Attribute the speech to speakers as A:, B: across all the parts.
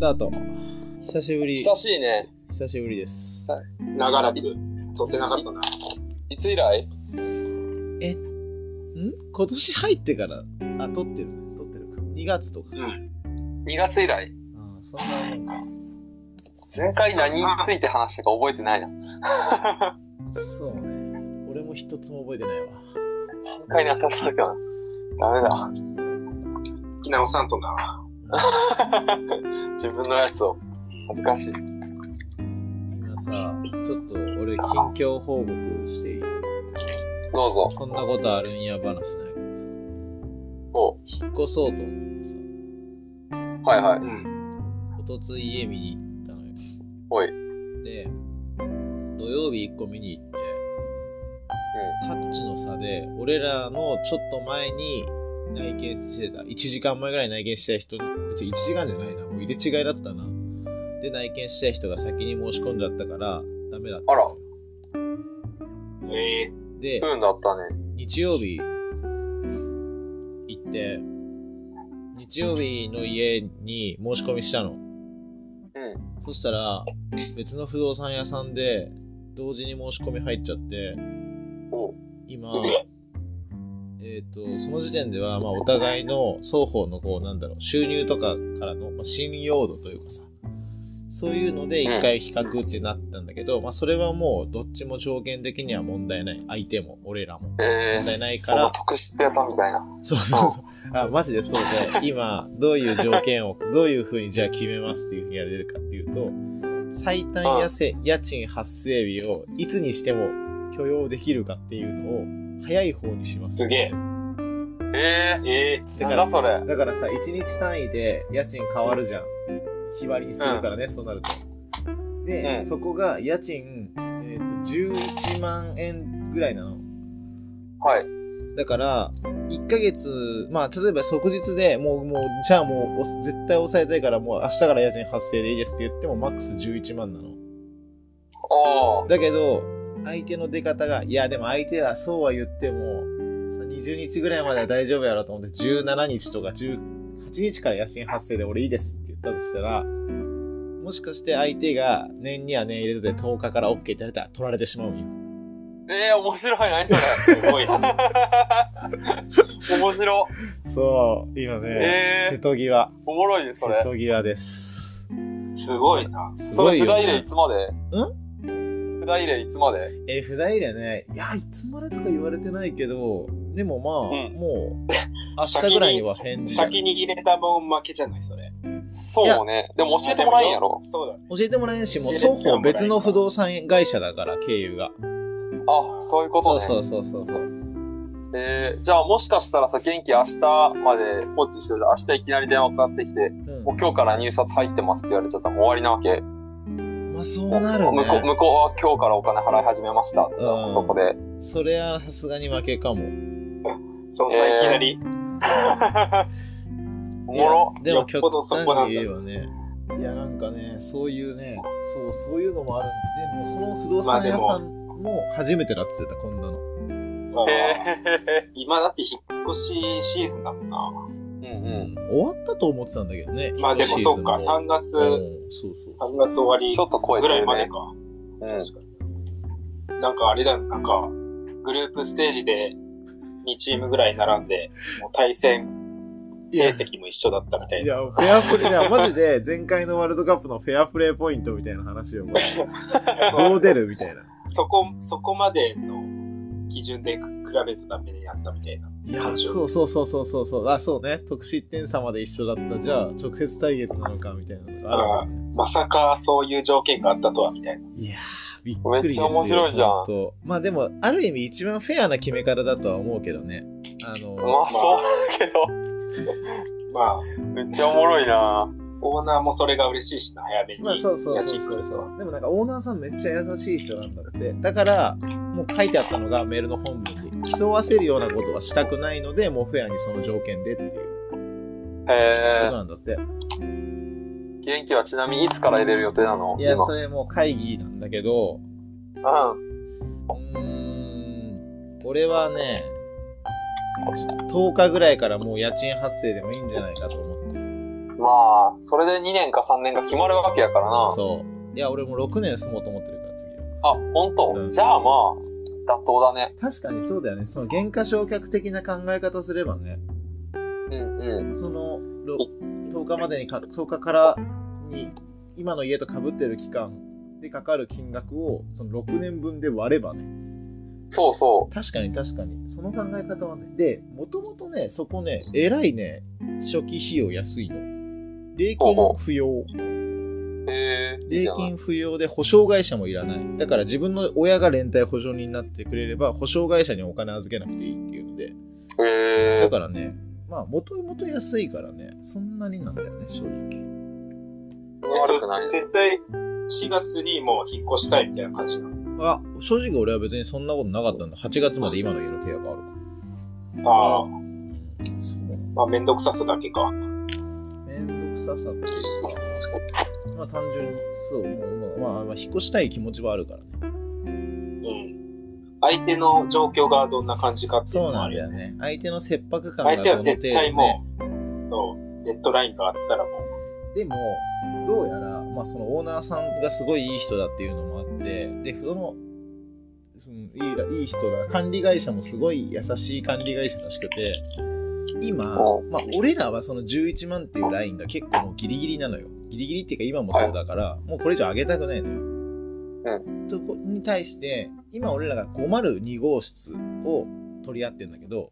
A: タート。久しぶり。
B: 久しいね。
A: 久しぶりです。
C: 長らく撮ってなかったな。
B: いつ以来
A: ん今年入ってから、あ、撮ってるね。撮ってるか。2月とか。
B: ?2 月以来。
A: あーそんなもんか。
B: 前回何について話したか覚えてないな。
A: そうね。俺も一つも覚えてないわ。
B: 前回に当たったけどな。ダメ
C: 沖縄さんとな。
B: だ。 自分のやつを。恥ずかしい。
A: 今さ、ちょっと俺、近況報告していい
B: どうぞ。
A: こんなことあるんや話ないけどさ、
B: お
A: 引っ越そうと思ってさ、
B: はいはい。
C: うん。
A: おとつい家見に行ったのよ。
B: おい。
A: で、土曜日1個見に行って、タッチの差で、俺らのちょっと前に内見してた、1時間前ぐらい内見してた人に、1時間じゃないな、もう入れ違いだったな。で、内見してた人が先に申し込んじゃったから、ダメだったのよ。
C: え
A: で
B: 不、運だったね。
A: 日曜日行って、日曜日の家に申し込みしたの。
B: うん。
A: そしたら、別の不動産屋さんで、同時に申し込み入っちゃって、
B: おう
A: 今
C: うん、
A: えー、とその時点では、まあ、お互いの双方のこうなんだろう収入とかからの、まあ、信用度というかさそういうので一回比較ってなったんだけど、まあ、それはもうどっちも条件的には問題ない相手も俺らも
B: え
A: 問題ない
B: ー、
A: か
B: そ
A: ら
B: の特殊ってやさんみたいな。
A: そうそうそうあマジでそうで今どういう条件をどういうふうにじゃあ決めますっていうふうにやれるかっていうと最短やせ家賃発生日をいつにしても許容できるかっていうのを早い方にします
C: すげえ
B: え
C: ー、え
B: ー、
A: だ
B: な
A: か
B: ん
A: ら
B: だそれ。
A: だからさ、1日単位で家賃変わるじゃん。日割りにするからね、そうなると。で、
B: うん
A: そこが家賃、えー、と11万円ぐらいなの。
B: はい。
A: だから、1ヶ月、まあ、例えば即日でもう、もう、じゃあもうお、絶対抑えたいから、もう明日から家賃発生でいいですって言っても、マックス11万なの。
B: おー。
A: だけど、相手の出方が、いや、でも相手はそうは言っても、さ20日ぐらいまでは大丈夫やろと思って、17日とか18日から家賃発生で俺いいですって言ったとしたら、もしかして相手が年には年入れてて10日から OK って言われたら取られてしまうんよ。
B: えー、面白い。何それ。
C: すごい。
B: 面白。
A: そう、今ね、
B: えー
A: 瀬戸際。
B: おもろいね、そ
A: 瀬
B: れ。
A: 戸際です。
C: すごいな。
A: す
B: そ
A: ご
B: れ、
A: いよ、
B: 札入れ
A: ね
B: い。つまでん札入れいつまで
A: えー、札入れね、いや、いつまでとか言われてないけど、でもまあ、
B: うん
A: もう、明日ぐらいには返事だね
C: 先に入れたもん負けじゃない、それ。
B: そうね。でも教えてもらえんやろ。
C: そうだね。
A: 教えてもらえんし、もう
C: 教えても
A: 双
C: らえん
A: 方別の不動産会社だから、経由が。
B: あ、そういうこと
A: そう
B: ね。
A: そうそうそうそう。
B: えーじゃあもしかしたらさ、元気明日まで放置してる明日いきなり電話かかってきて、
A: うん
B: もう今日から入札入ってますって言われちゃったらもう終わりなわけ。
A: まあそうなる
B: 向こ
A: ね。
B: う向こうは今日からお金払い始めました。
A: うん
B: そこで。
A: それはさすがに負けかも。
C: そんないきな り。
B: おもろ。
A: でも
C: よっ
A: 極
C: ぽどそこな
A: 端
C: んだ
A: に言えばね。いやなんかね、そういうね、そう、そういうのもあるんで、でもその不動産屋
C: ま
A: さ
C: あ
A: んも初めてだっつってた、こんなの。
C: あー
B: え
C: 今だって引っ越しシーズンだもんな。
B: ーうんうん。
A: 終わったと思ってたんだけどね。
C: まあでもそっか、
A: シーズン
C: 3月、
A: も
C: 3
A: うんそうそう。
C: 月終わり
B: ちょっと超えて
C: ぐらい
B: る
C: まで
B: ね。
C: か。
B: うん。
C: 確かに。なんかあれだよ、なんか、グループステージで2チームぐらい並んで、もう対戦成績も一緒だったみたい
A: い
C: な。
A: や、フェアプレー、いや、マジで前回のワールドカップのフェアプレーポイントみたいな話 を、どう出るみたいな。
C: そこ、そこまでの基準で比べるとダメになったみたいな。
A: いや、そうそうそうそうそうそう。あ、そうね。得失点差まで一緒だった。じゃあ、直接対決なのかみたいなのがあるもんね、
C: まさかそういう条件があったとはみたいな。
A: いやー、びっくりですよ
B: めっちゃ面白いじゃん
A: ほとまあでも、ある意味一番フェアな決め方だとは思うけどね。あの、
B: まあそうだけど、
C: まあ、
B: めっちゃおもろいな
C: オーナーもそれが嬉しいしな、早めに。
A: まあそうそう
C: 家
A: そう
C: 賃来
A: そう
C: る
A: そ
C: とは
A: う。でもなんかオーナーさんめっちゃ優しい人なんだって。だから、もう書いてあったのがメールの本文に。競わせるようなことはしたくないので、もうフェアにその条件でっていう
B: へ
A: こと
B: え。
A: なんだって。
B: 元気はちなみにいつから入れる予定なの
A: いや、
B: 今
A: それもう会議なんだけど、
B: うん。
A: うーん、俺はね、10日ぐらいからもう家賃発生でもいいんじゃないかと思って。
B: まあ、それで2年か3年が決まるわけやからな。
A: そういや俺も6年住もうと思ってるから次は
B: あ、本当、
A: うん
B: じゃあまあ、妥当だね。
A: 確かにそうだよねその減価償却的な考え方すればね
B: うんうん。
A: そのろ10日までにか10日からに今の家とかぶってる期間でかかる金額をその6年分で割ればね
B: そうそ
A: 確かに確かにその考え方はねでもともとねそこねえらいね初期費用安いの礼金不要
B: う。へえいいじ
A: 礼
B: ゃない。
A: 金不要で保証会社もいらないだから自分の親が連帯保証人になってくれれば保証会社にお金預けなくていいっていうので
B: へ
A: だ
B: え
A: からねまあ元々安いからねそんなになんだよね正直
B: 悪くない。
C: 絶対4月にもう引っ越したいみたいな感じなの。
A: あ正直俺は別にそんなことなかったんだ8月まで今の家の契約あるか
C: ああ、
A: らそう
C: まあめんどくささだけか。
A: めんどくささっていうか、まあ単純に、そう、もう、まあ、まあ、まあ、引っ越したい気持ちはあるからね。
C: うん。相手の状況がどんな感じかっていう
A: そ
C: の
A: う
C: も
A: な
C: あ
A: ん
C: る
A: だ
C: よ
A: よ
C: ね。
A: ね。相手の切迫感が
C: 相手は
A: どの程度
C: 絶対もう、そう、デッドラインがあったらも
A: でも、どうやら、まあそのオーナーさんがすごいいい人だっていうのもあって、で、その、うん、いいらいい人だ、管理会社もすごい優しい管理会社らしくて、今、
B: お
A: まあ俺らはその11万っていうラインが結構もうギリギリなのよ。ギリギリっていうか今もそうだから、もうこれ以上上げたくないのよ。とこに対して、今俺らが502号室を取り合ってんだけど、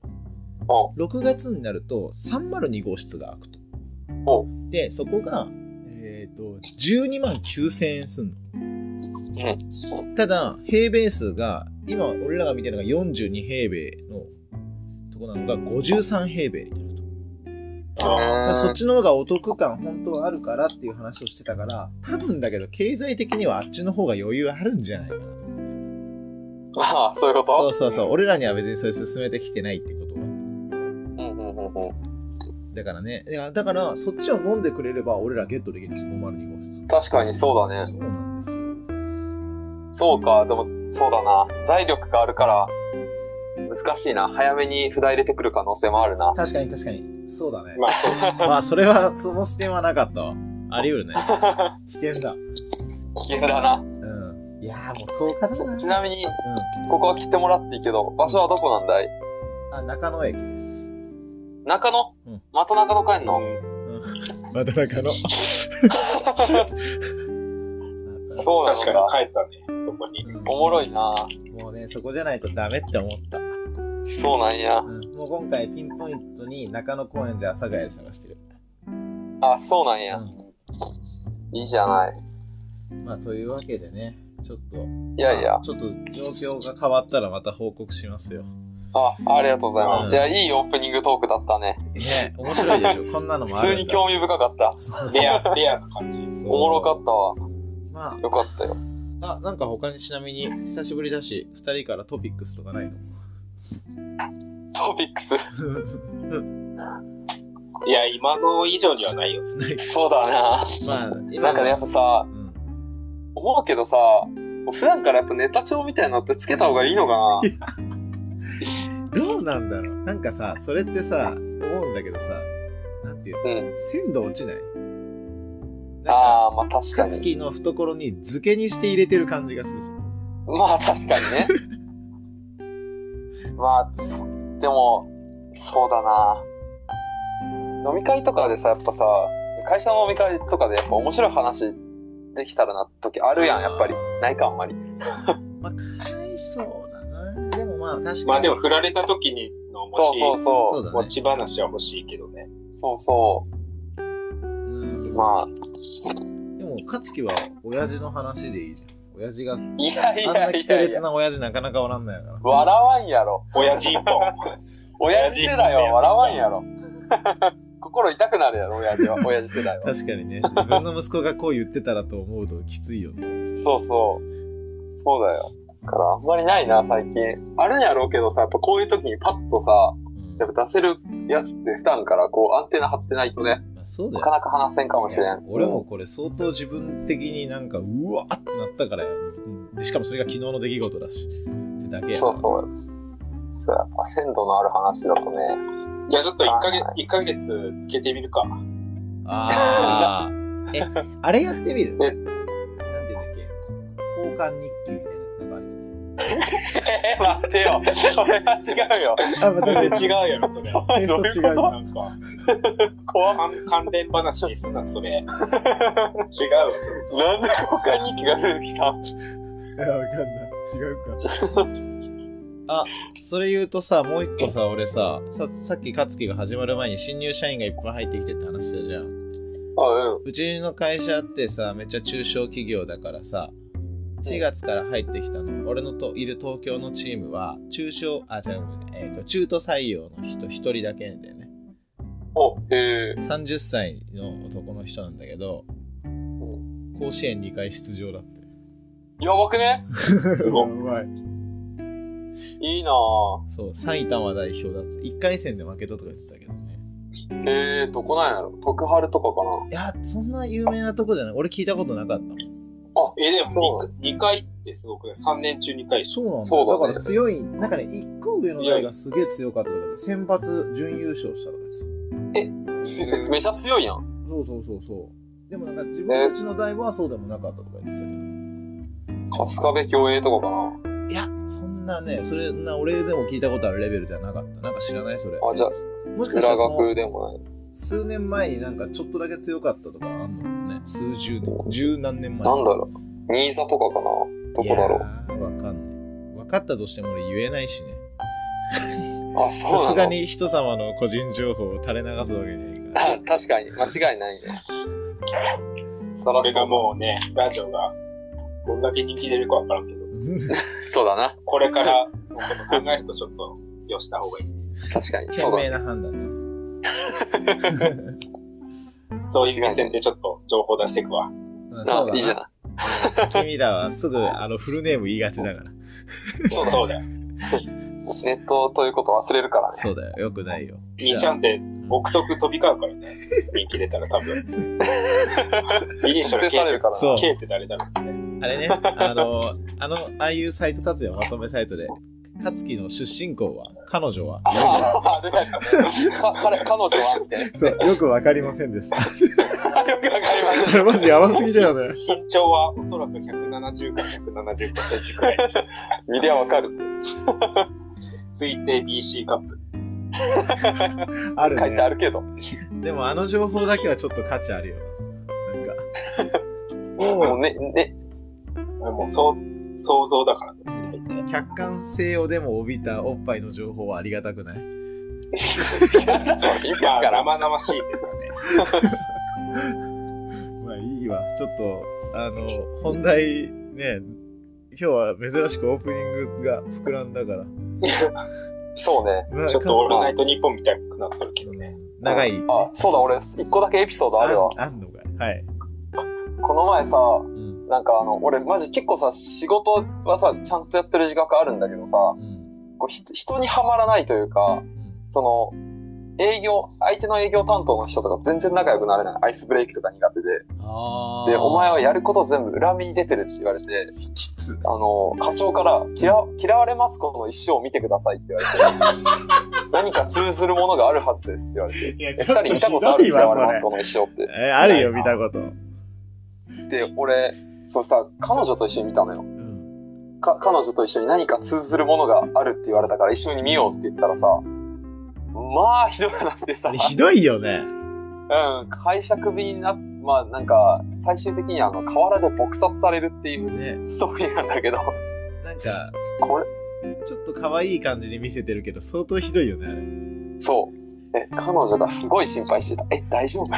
B: お
A: 6月になると302号室が開くと。
B: お
A: で、そこが、えっ、と、12万9000円すんの。ただ、平米数が、今俺らが見てるのが42平米のとこなのが53平米になると。
C: う、ああ
A: だからそっちの方がお得感本当はあるからっていう話をしてたから、多分だけど経済的にはあっちの方が余裕あるんじゃないかなと思って。
B: ああ、そういうこ
A: そ
B: と
A: うそうそう、俺らには別にそれ進めてきてないってことは。
B: うんうんうんうん。
A: だからね、いやだからそっちを飲んでくれれば俺らゲットできるんです、502号室。
B: 確かにそうだね。
A: そうなんですよ。
B: そうか、でも、そうだな。財力があるから、難しいな。早めに札入れてくる可能性もあるな。
A: 確かに確かに。そうだね。
C: まあそう。
A: まあ、それは、その視点はなかったわ。あり得る ね。危険だ。
B: 危険だ
A: う
B: な。
A: ん。いやー、もう10日だな。
B: ちなみに、
A: う
B: ここは切ってもらっていいけど、場所はどこなんだい
A: ん。あ、中野駅です。
B: 中野、
A: うん
B: また中野帰んの、
A: また中野。そ
B: そうな
C: 確か
B: のか。
C: に帰ったね、そこに。
B: おもろいな。
A: もうね、そこじゃないとダメって思った。
B: そうなんや。
A: うん、もう今回ピンポイントに中野公園じゃ阿佐ヶ谷で探してる。
B: あ、そうなんや。
A: う
B: いいじゃない。
A: ん、まあ、というわけでね、ちょっと。
B: いやいや
A: まあ。ちょっと状況が変わったらまた報告しますよ。
B: あ、ありがとうございます。
A: うん
B: いや、いいオープニングトークだったね。
A: ね、面白いでしょ。こんなのもあ
B: 普
A: るんだ。
B: 通に興味深かった。
A: そうそう
C: レア、 レアな感じ。
A: そう
B: おもろかったわ。
A: ま
B: よかったよ。
A: あ、あ、なんか他にちなみに、久しぶりだし、二人からトピックスとかないの
B: トピックス。
C: いや、今の以上にはないよ。
A: ない
B: そうだな。
A: まあ、今
B: なんかね、やっぱさ
A: う、ん。
B: 思うけどさ、普段からやっぱネタ帳みたいなのってつけた方がいいのか な。
A: どうなんだろうなんかさ、それってさ、思うんだけどさ、なんていうの
B: うん。
A: 鮮度落ちないなんか、
B: ああ、まあ確か
A: か
B: に
A: つ。きの懐に漬けにして入れてる感じがするその
B: まあ確かに ね。まあ、そでも、そうだな。飲み会とかでさ、やっぱさ、会社の飲み会とかでやっぱ面白い話できたらな時あるやん、やっぱり。ないか、あんまり。
A: まあ、返しそうだな。でもまあ、確かに。
C: まあでも振られた時にの持ち、
B: そうそう
A: そう
B: そ
A: だね
C: 持ち話は欲しいけどね。
B: う。そうそ
A: うん
B: う。まあ、
A: でも、かつきは親父の話でいいじゃん。親父が、あん
B: いやい
A: な
B: やい
A: 規
B: やい
A: 烈
B: や。
A: な親父なかなかおらんないから。
B: 笑わんやろ。
C: 親父一本。
B: 親父世代は笑わんやろ。 心痛くなるやろ、親父は。親父世代は。
A: 確かに ね、自分の息子がこう言ってたらと思うときついよね。
B: そうそう。そうだよ。だからあんまりないな、最近。あるんやろうけどさ、やっぱこういう時にパッとさ、
A: うん
B: やっぱ出せるやつって普段からこうアンテナ張ってないとね、
A: まあ、そうだ
B: な
A: よ
B: か。なか話せんかもしれん。
A: 俺もこれ相当自分的になんかうわーってなったからや、でしかもそれが昨日の出来事だしってだけや
B: そうそう。そうやっぱ鮮度のある話だとね。
C: いや、ちょっと1ヶ月、一ヶ月つけてみるか。
A: あああ。 え、あれやってみるなんていうんだっけこ交換日記みたいなやつなんかあるよね。
B: えー、 待ってよ。それは違うよ。
A: あ、ま
C: そ れ違うやろ、それ。
A: テイスト違うよ。
C: なんか、
B: 怖っ
C: 関関連話にすな、それ。違うわ、それ。
B: なんで他に気が出てき
A: い
B: た
A: やわかんない。違うか。あ、それ言うとさ、もう一個さ、俺さ、ささっき勝樹が始まる前に新入社員がいっぱい入ってきてって話したじゃん。
B: あ、うん。
A: うちの会社ってさめっちゃ中小企業だからさ4月から入ってきたの俺のといる東京のチームは中小あ違うごめんえーと中途採用の人1人だけだよね
B: お、え
A: 30歳の男の人なんだけど甲子園2回出場だ って
B: ー、やばくね
C: すごい
A: うまい
B: いいなぁ。
A: そう埼玉代表だって1回戦で負けたとか言ってたけどね
B: えー、どこなんやろ徳春とかかない
A: やそんな有名なとこじゃない俺聞いたことなかったもん
B: あ、
C: え、で
B: そ
C: も
B: う
C: 2、二回ってすごくない ?3 年中2回でし
A: そうなんだ
B: そうだ
A: だ,、
B: ね
A: から強いなんかね1個上の代がすげえ強かったとかで選抜準優勝したとか言ってた
B: すめちゃ強いやん。
A: そうそうそうそう。でもなんか自分たちの代はそうでもなかったとか言ってたけど。
B: 春日部競泳とかかない
A: や、そんなね、それな、俺でも聞いたことあるレベルではなかった。なんか知らないそれ。
B: あじゃあ
A: もしかしたら
B: 裏
A: その
B: 学でもない。
A: 数年前になんかちょっとだけ強かったとかあんのかもね。数十年、十何年前。
B: なんだろう。新座とかかなどこだろ
A: う。わかんない。分かったとしても俺言えないしね。
B: う。あ、そう
A: さ
B: なの
A: すが。に人様の個人情報を垂れ流すわけにはい かない。
B: あ 確かに。間違いないよ。そ
C: ょ。
B: ら
C: これが
B: そ
C: もうね、ラジオがどんだけ人気出るかわからんけど、
B: う。そうだな。
C: これからのこと考えるとちょっと、よした方がい
B: 確かに。そ
A: 賢
B: うだ
A: 明な判断だ。
C: い。そういう目線でちょっと情報出していくわ。
A: うん
B: な。
A: そう
B: いいじ
A: だ
B: ゃ
A: な。
B: ない。
A: 君らはすぐあのフルネーム言いがちだから。
C: そうそうだよ。
B: ネットということ忘れるからね。
A: そうだよ、よくないよ。
C: 兄ちゃんって、憶測飛び交うからね。人気出たら 多分。イニシャル
B: 特定され
C: K
B: るから
A: そう
B: な。
C: K って誰だろうみたいな。
A: あれね、あの、あの、ああいうサイト立つよ、まとめサイトで。勝樹の出身校は、彼女は。
B: ああ、出たか彼、彼女はみたいな。
A: そう、よくわかりませんでした。
B: よくわかりまし た。
A: れマジやばすぎだよね。
C: 身長はおそらく170か175センチくらいでした。
B: 見りゃわかる。
C: 推定 BC カップ。
A: ある
B: 書いてあ
A: ね。
B: るけど。
A: でもあの情報だけはちょっと価値あるよ。なん か。
B: も
A: も
B: うね、ね、
C: もうそう、想像だからね、大体。
A: う、客観性をでも帯びたおっぱいの情報はありがたくない。
B: そう、意味
C: ま
B: わ
C: あ、
B: からん。
C: 生々しいけどね。
A: まあいいわ。ちょっと、あの、本題ね、今日は珍しくオープニングが膨らんだから。
B: そうね。
C: ちょっとオー
B: 俺
C: ルナイトニッポンみたいになってるけどね。
A: 長い。
B: あ、そうだ、俺、一個だけエピソードあるわ。
A: あんのかい。はい。
B: この前さ、
A: うん。
B: なんかあの、俺、マジ結構さ、仕事はさ、ちゃんとやってる自覚あるんだけどさ、
A: うん。
B: こうひ人にはまらないというか、その、営業、相手の営業担当の人とか全然仲良くなれない。アイスブレイクとか苦手で。
A: あー
B: で、お前はやること全部裏目に出てるって言われて、
A: きつ。
B: あの、課長から嫌、嫌われますこの一生を見てくださいって言われて、 何か通ずるものがあるはずですって言われて、
A: いや、
B: 二人見たことある嫌われますこの一生って。
A: え、あるよ、見たこと。
B: で、俺、そうさ、彼女と一緒に見たのよ。
A: うん。
B: か、彼女と一緒に何か通ずるものがあるって言われたから一緒に見ようって言ったらさ、まあ、ひどい話でさ
A: あれ、ひどいよね。
B: うん、会社クビにな、まあなんか、最終的にあの、河原で撲殺されるっていう
A: ね。
B: ストーリーなんだけど、
A: なんか、
B: これ、
A: ちょっと可愛い感じに見せてるけど、相当ひどいよね、あれ。
B: そう。え、彼女がすごい心配してた。え、大丈夫 こ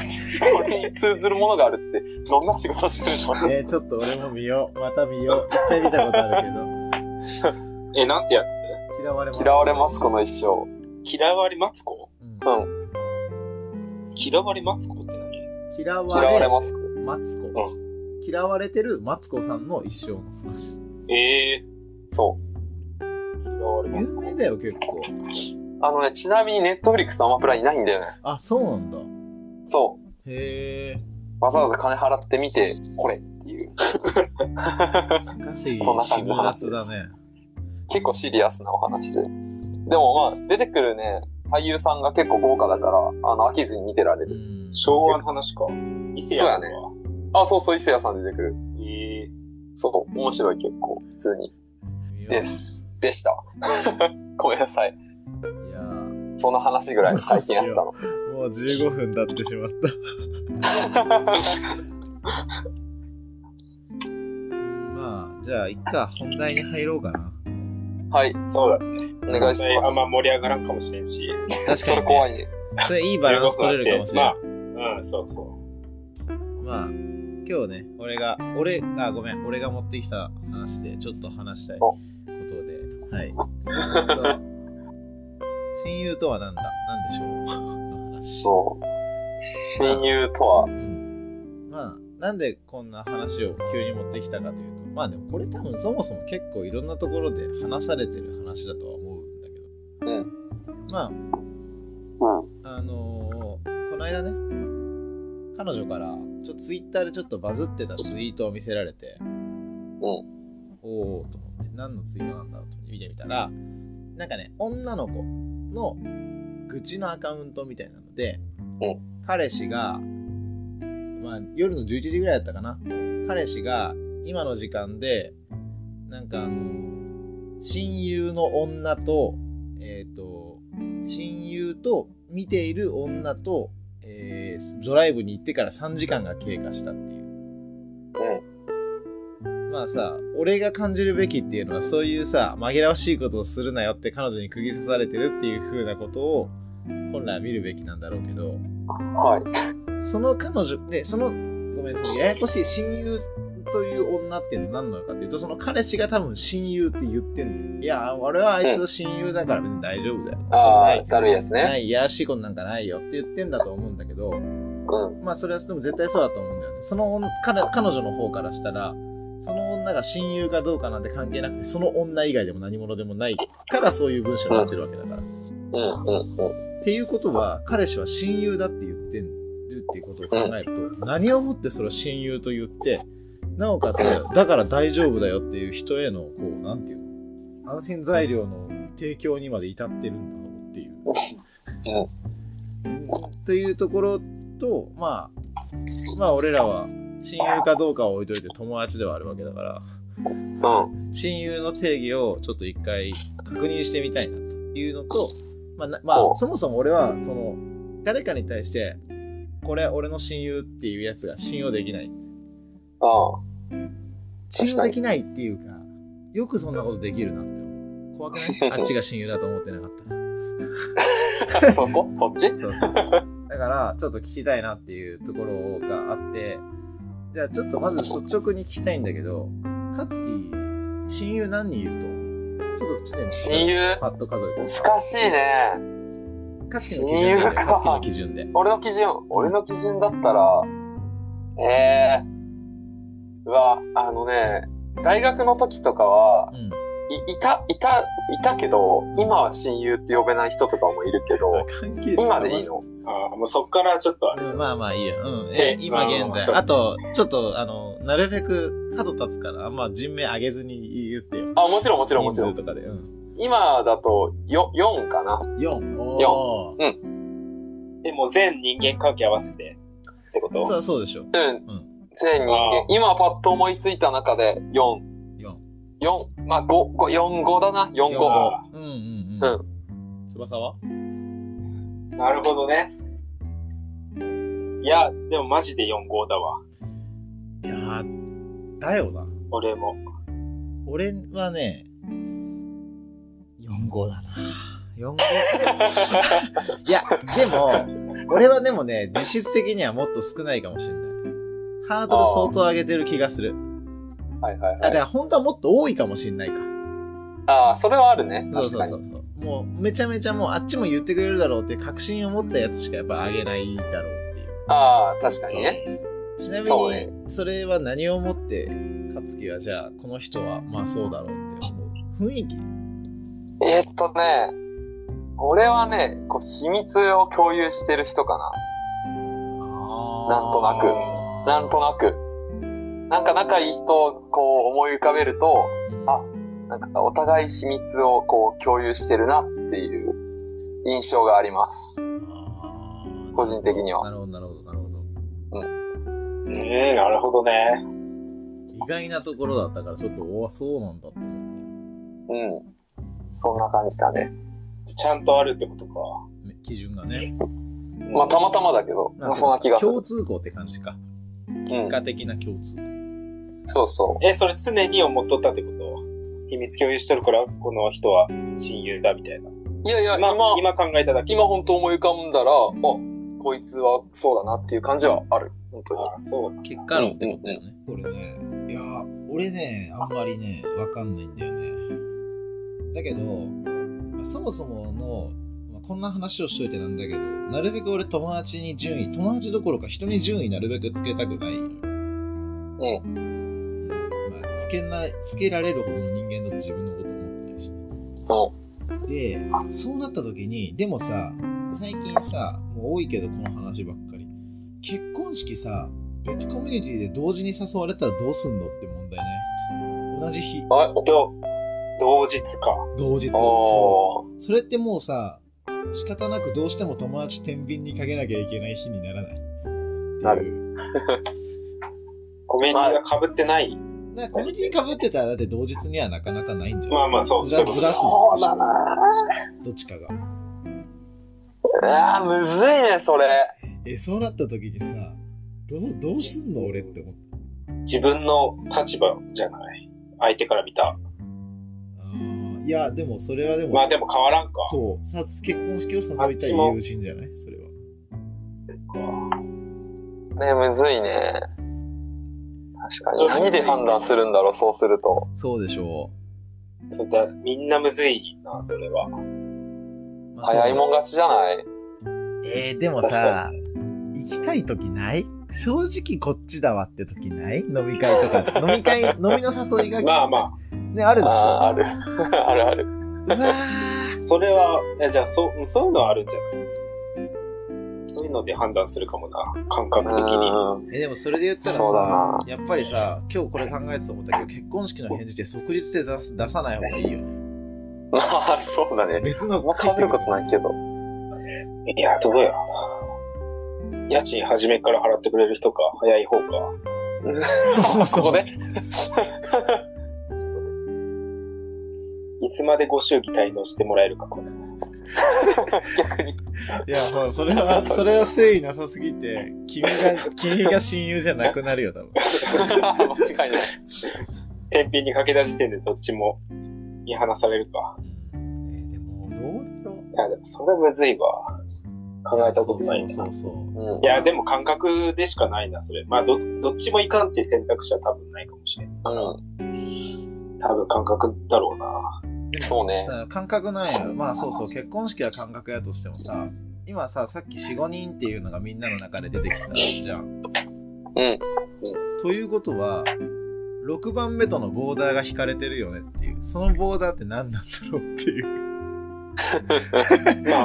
B: れに通ずるものがあるって、どんな仕事してるの
A: えーちょっと俺も見よう。また見よう。一回見たことある
C: え、なんてやつ
A: けど。嫌われます。
B: 嫌われます、この一生。
C: 嫌われマツコ
A: うん
B: うん、
C: 嫌われマツコって何
A: 嫌
B: 嫌わ
A: わ
B: れ
A: れ
B: ます。
A: マツコ。嫌われてるマツコさんの一生の話。
C: ええ
B: そう。
C: ー、嫌われマ
A: 有
C: ツコ。
A: 名だよ、結構。
B: あのね、ちなみにネットフリックスのアマプラにないんだよね。
A: あ、そうなんだ。
B: そう。
A: へ
B: わざわざ金払ってみて、これっていう。
A: え。しかし、
B: そんな感じの話です
A: 辛辣だね。
B: 結構シリアスなお話で。でもまあ、出てくるね、俳優さんが結構豪華だから、あの、飽きずに見てられ
A: う
B: る。
A: ん。
C: 昭和の話か。伊勢谷とか。
B: あ、そうそう、伊勢谷さん出てくる。
C: え
B: そう、面白い結構、普通に。です。でした。 ごめんなさい。
A: いやー
B: その話ぐらい最近あったの。
A: もう15分経ってしまった。 まあ、じゃあ、いっか、本題に入ろうかな。
B: はい
C: ー、そうだね。
B: お願いし
C: あ
B: ま
C: んま盛り上がらんかもしれんし。
B: す。
A: 確
B: そ
A: かに、
B: れ
A: ね、
B: 怖いね。
A: それいいバランス取れるかもしれない。
C: 15分あってまあ、うん、そうそう。
A: まあ、今日ね、俺が、俺、あ、ごめん、俺が持ってきた話で、ちょっと話したい
B: お
A: ことで、はい。 えっと親友とは何だ何でしょうの話。
B: そう。親友とは、
A: うんまあ、なんでこんな話を急に持ってきたかというと、まあでもこれ多分そもそも結構いろんなところで話されてる話だとは思うんだけど。
B: うん
A: ま
B: うん。
A: あ、あのーこの間ね、彼女から、ちょ、ツイッターでちょっとバズってたツイートを見せられて、
B: う
A: おおと思って何のツイートなんだろうと見てみたらなんかね女の子の愚痴のアカウントみたいなので
B: お
A: 彼氏が、まあ、夜の11時ぐらいだったかな彼氏が今の時間でなんかあの親友の女とえっ、と親友と見ている女と、えードライブに行ってから3時間が経過したっていう。まあさ俺が感じるべきっていうのはそういうさ紛らわしいことをするなよって彼女に釘刺されてるっていう風なことを本来は見るべきなんだろうけど
B: ん。はい。
A: その彼女でそのごめんそのややこしい親友という女っていうのは何なのかっていうとその彼氏が多分親友って言ってんだよいや俺はあいつの親友だから別に大丈夫だよ、
B: あ
A: ない
B: あ、だるいやつね。
A: ないいやらしいことなんかないよって言ってんだと思うんだけど、
B: うん。
A: まあそれはでも絶対そうだと思うんだよね。その女彼彼女の方からしたら、その女が親友かどうかなんて関係なくて、その女以外でも何者でもないからそういう文章になってるわけだから。
B: うん。うん。う
A: っ
B: ん。
A: ていうことは、彼氏は親友だって言ってるっていうことを考えると、何をもってそれを親友と言って、なおかつ、だから大丈夫だよっていう人への、こう、なんていうの、安心材料の提供にまで至ってるんだろうっていう。というところと、まあ、まあ、俺らは親友かどうかは置いといて友達ではあるわけだから、
B: うん。
A: 親友の定義をちょっと一回確認してみたいなというのと、まあなま
B: お
A: あ、そもそも俺はその誰かに対してこれ俺の親友っていうやつが信用できない
B: あ
A: 信用できないっていうかよくそんなことできるなって思う怖くない あっちが親友だと思ってなかったら
B: あ。そこそっち
A: そう そうそうだからちょっと聞きたいなっていうところがあってじゃあちょっとまず率直に聞きたいんだけど勝樹親友何人いると思うちょっとちょっと今
B: 親友
A: パッと数えて
B: 難しいね。
A: 歌詞の基準で、
B: 親友か
A: 歌詞の基準で。
B: 俺の基準、俺の基準だったら、ええうわ、あのね、大学の時とかは
A: う、ん。
B: いいた、いた、いたけど、今は親友って呼べない人とかもいるけど、
A: 関係
B: 今でいいの
C: あーもうそっからちょっとあれ
A: うんまあまあいいや。うん。
C: で
A: え今現
C: まあ
A: 在。
C: そう
A: あと、ちょっと、あの、なるべく角立つから、あんま人名上げずに言ってよ。
B: あ、もちろんもちろんも
A: 人
B: ちろ
A: 数と
B: ん。
A: かで。うん。
B: 今だとよ4かな。
A: 4。おー
C: でも全人間関係合わせてってこと
A: そうそうでしょ。
B: うん。全人
C: あ
B: 間
C: ー。
B: 今パッと思いついた中で4。
A: 4。
B: 4、まあ5、五4、5だな。4、5。
C: あ
A: うんうんうん。翼は
C: ーなるほどね。いや、でもマジで4号だわ。
A: いやー、だよな。
C: 俺も。
A: 俺はね、4号だな。4号 いや、でも、俺はでもね、実質的にはもっと少ないかもしれない。ハードル相当上げてる気がする。
B: はいはい
A: あ、だ
B: は
A: か
B: い。
A: ら本当はもっと多いかもしれないか。
B: ああ、それはあるね。
A: そう
B: 確
A: そ
B: か
A: うそ
B: に。
A: うそう。もうめちゃめちゃもうあっちも言ってくれるだろうっていう確信を持ったやつしかやっぱ上げないだろうっていう。
B: ああ、確かにね。
A: ちなみ
B: そう
A: に
B: ね、
A: それは何をもって、勝樹はじゃあ、この人はまあそうだろうって思う。雰囲気
B: えーっとね、俺はね、こう秘密を共有してる人か
A: なん
B: となくな。なんとなく。なんか仲いい人をこう思い浮かべると、あなんかお互い秘密をこう共有してるなっていう印象があります。
A: あー
B: こ個人的には。
A: なるほど、なるほど、なるほど。
C: うん、なるほどね。
A: 意外なところだったから、ちょっと、おわ、そうなんだと思っ
B: うん。そんな感じだね。
C: ちゃんとあるってことか。
A: たね。基準がね。
B: まあ、たまたまだけど、まあ、そんな気がする
A: 共。通項って感じか。
B: うん
A: 文。化的な共通項。
B: そうそ
C: え、それ常に思っとったってこと秘密共有しとるから、この人は親友だみたいな。
B: う。いやいや、
C: 今
B: 今、今、
C: 今考えただけ。
B: 今本当思い浮かんだら、あ、こいつはそうだなっていう感じはある。本当に。
C: あそうだ。
A: 結果論ってことだよね。これね、いや、俺ね、あんまりね、わかんないんだよね。だけど、まあそもそもの、まあこんな話をしといてなんだけど、なるべく俺友達に順位、友達どころか人に順位なるべくつけたくない。うん。まあ、つけない、つけられるほどの人間だと自分のこと思ってないしね。
B: そ
A: でそうなった時にでもさ最近さもう多いけどこの話ばっかり結婚式さ別コミュニティで同時に誘われたらどうすんのって問題ね同じ日
B: う。はい。
C: ど同日か。
A: 同日そ
B: お
A: うそれってもうさ仕方なくどうしても友達天秤にかけなきゃいけない日にならない
B: な
A: る
C: コメントが被ってない。
A: なコミュニティかぶってたらだって同日にはなかなかないんじゃない
C: まあまあそう
A: ずら
C: そう
A: ずらす
B: そうだな
A: どっちかが
B: うわーむずいね、それ。
A: えそうなった時にさどうどうすんの俺って思って
C: 自分の立場じゃない。相手から見た。
A: あーいやでもそれはでも
C: まあでも変わらんか。
A: そう、さ結婚式を誘いたい友人じゃないそれは。
C: そっか。
B: ね、むずいね。確かに。
C: そう
B: 何で判断するんだろう、そうすると。
A: そうでしょ
C: そうだ、みんなむずいな、それは。
A: う。
B: 早いもん勝ちじゃない
A: えーでもさ、行きたい時ない正直こっちだわって時ない飲み会と か。飲み会、飲みの誘いが来
C: まあま
A: ね、あるでしょ。
B: あーある。 あるある。
A: うわー
C: あ、それは、いやじゃあそう、そういうのはあるんじゃないそういうので判断するかもな、感覚的に。
B: うん。
A: えでもそれで言ったら
B: そうだ
A: さ
B: な、
A: やっぱりさ、今日これ考えてた思ったけど、結婚式の返事って即日で出す出さない方がいいよね。
B: まあ、そうだね。
A: 別の
B: あんま
A: 帰
B: 変
A: っ
B: わ
A: て
B: る
A: く
B: ことないけど。
C: いや、どうやろうな。家賃初めから払ってくれる人か、早い方か。
A: そう
B: こ
A: そ
B: こ
A: う。
B: ね。
C: いつまでご祝儀滞納してもらえるか。
B: 逆に。
A: いや、もうそれは、それは誠意なさすぎて、 君が、君が親友じゃなくなるよ、多分。
B: 間違いない。
C: 天秤に駆け出し時点でどっちも見放されるか。
A: うんえーでもどうだろう
C: いや、でもそれはむずいわ。考えたことないな。
A: そうそう
B: うん
C: いや、でも感覚でしかないな、それ。まあ、ど、どっちもいかんっていう選択肢は多分ないかもしれん。
B: うん。
C: 多分感覚だろうな。
B: そうね。
A: さ感覚ないのよまあそうそう結婚式は感覚やとしてもさ今ささっき45人っていうのがみんなの中で出てきたじゃんうんということは6番目とのボーダーが引かれてるよねっていうそのボーダーって何なんだろうっていう
C: まあ、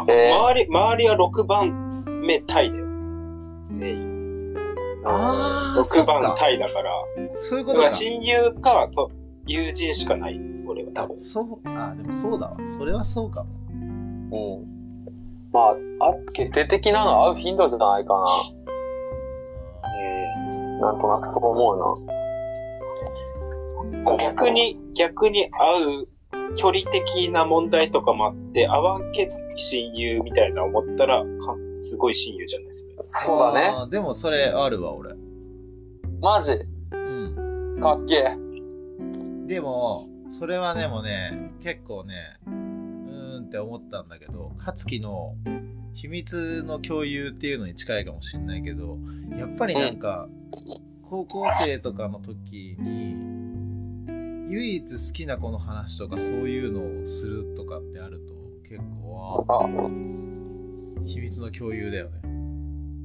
B: えー
C: 周り、周りは6番目タイだよ。全員。
A: あーそ
C: 6
A: っか
C: 番タイだから。
A: そういうこ
C: だ
A: と
C: から
A: か
C: 親友かと友人しかない、俺は多
A: あ
C: 分。
A: そうあでもそうだわそれはそうかも
B: うん。まあ、あ、決定的なのは会う頻度じゃないかな。なんとなくそう思うな。
C: 逆に、逆に会う距離的な問題とかもあって、会わんけど親友みたいな思ったら、かすごい親友じゃないですか。
B: そうだね。
A: あーでもそれあるわ俺
B: マジ。
A: うん
B: かっけえ。
A: でもそれはでもね結構ねうーんって思ったんだけど勝樹の秘密の共有っていうのに近いかもしんないけどやっぱりなんか高校生とかの時に唯一好きな子の話とかそういうのをするとかってあると結構あ
B: あ、
A: 秘密の共有だよね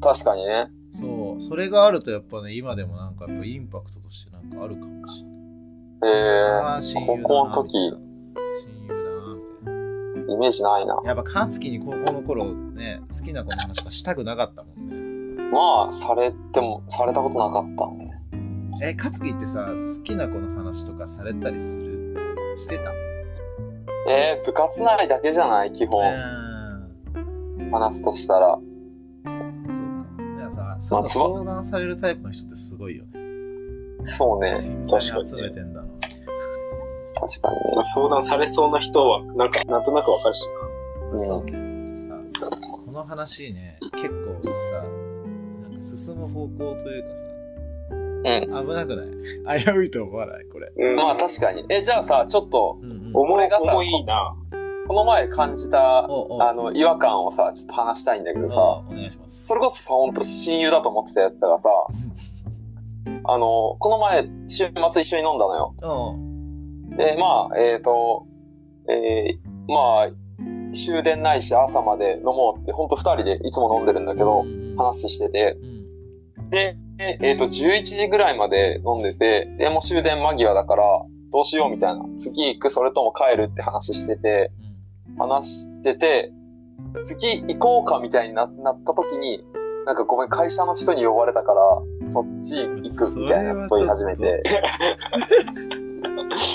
B: 確かにね。
A: そうそれがあるとやっぱね今でもなんかやっぱインパクトとしてなんかあるかもしれない
B: ええ
A: あー
B: 高校の時
A: 親友だなみたいな親友だなみたいな
B: イメージないな。
A: やっぱ勝樹に高校の頃ね好きな子の話とかしたくなかったもんね
B: まあ、されても、されたことなかったね。
A: え勝樹ってさ好きな子の話とかされたりするしてた
B: えー、部活内だけじゃない基本。
A: う
B: 話すとしたら。
A: んそういうの
B: まあつま
A: 相談されるタイプの人ってすごいよね。
B: そうね。
A: 信頼集めてんだな。
B: 確かにね
C: まあ。相談されそうな人は、なんか、なんとなくわかるし
B: うん
A: まあささこの話ね、結構さ、なんか進む方向というかさ、危なくない危ういと思わないこれ。
C: な。うん
B: まあ確かに。え、じゃあさ、ちょっと、
A: うんうん。
C: 重い
B: 俺がさ
C: 重いな。
B: この前感じた、
A: おお
B: あの、違和感をさ、ちょっと話したいんだけど
A: お
B: さ、
A: お願いします。
B: それこそさ、ほんと親友だと思ってたやつだからさ、あの、この前、週末一緒に飲んだのよ。
A: うん。
B: で、まあ、えっ、と、えーまあ、終電ないし朝まで飲もうって、ほんと二人でいつも飲んでるんだけど
A: う、ん
B: 話してて、
A: うん
B: で、えっ、と、11時ぐらいまで飲んでて、で、もう終電間際だから、どうしようみたいな。次行く、それとも帰るって話してて、話してて、次行こうかみたいにななった時に、なんかごめん、会社の人に呼ばれたから、そっち行くみたいなこと言い始め
A: それ
B: て、